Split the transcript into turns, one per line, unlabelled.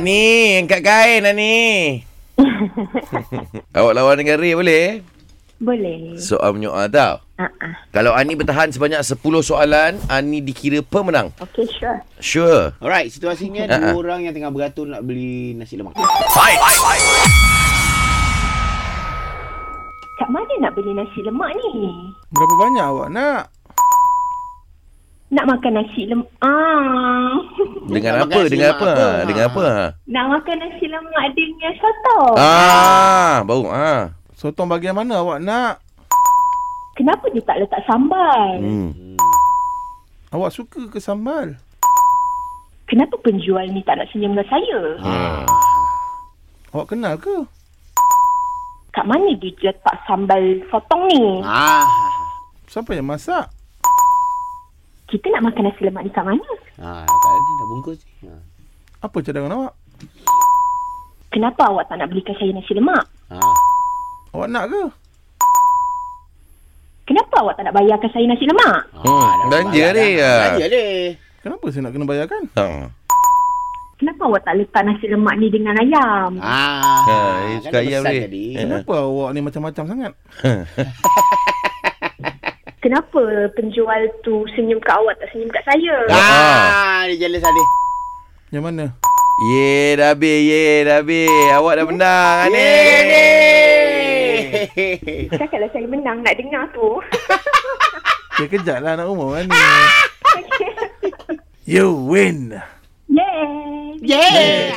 Ani, angkat kain Ani. Awak lawan dengan Ray boleh?
Boleh.
Soal menyoal tau.
Ah ah.
Kalau Ani bertahan sebanyak 10 soalan, Ani dikira pemenang.
Okay, sure.
Sure.
Alright, situasinya
Ha, ha.
dua orang yang tengah beratur nak beli nasi lemak. Ha,
Kat mana nak beli nasi lemak ni?
Berapa banyak awak nak?
Nak makan nasi lemak. Ah.
Dengan
Makan
apa?
nasi
Dengan
lemak
apa?
apa?
Dengan apa? Ha.
nak makan nasi lemak dengan soto.
Ah, baru ah.
Sotong bahagian mana awak nak?
Kenapa dia tak letak sambal?
Hmm.
Awak suka ke sambal?
Kenapa penjual ni tak nak senyum dengan saya?
Ah. Awak kenal ke?
Kat mana dia letak sambal sotong ni?
Ah.
Siapa yang masak?
Kita nak makan nasi lemak ni kat mana?
Ah, tak ada dah bungkus. ni. Ah.
Apa cadangan awak?
Kenapa awak tak nak belikan saya nasi lemak?
Ah.
Awak nak ke?
Kenapa awak tak nak bayarkan saya nasi lemak?
Hmm, belanja dia.
Ha, Belanja dia.
Kenapa saya nak kena bayarkan?
Ah.
Kenapa awak tak letak nasi lemak ni dengan ayam?
Ah.
Ha, dia
kan dah
suka ayam
pesan
dia.
tadi.
Eh.
Kenapa awak ni macam-macam sangat?
Kenapa penjual tu senyum kat awak tak senyum kat saya?
Ha.
Ah, dia jealous tadi.
Yang mana?
Ye, dah habis. Ye, dah habis. Awak dah menang, Ani.
Cakaplah saya menang nak dengar tu.
Dia kejap lah nak umur kan ni. You win!
Yeay!
Yeah.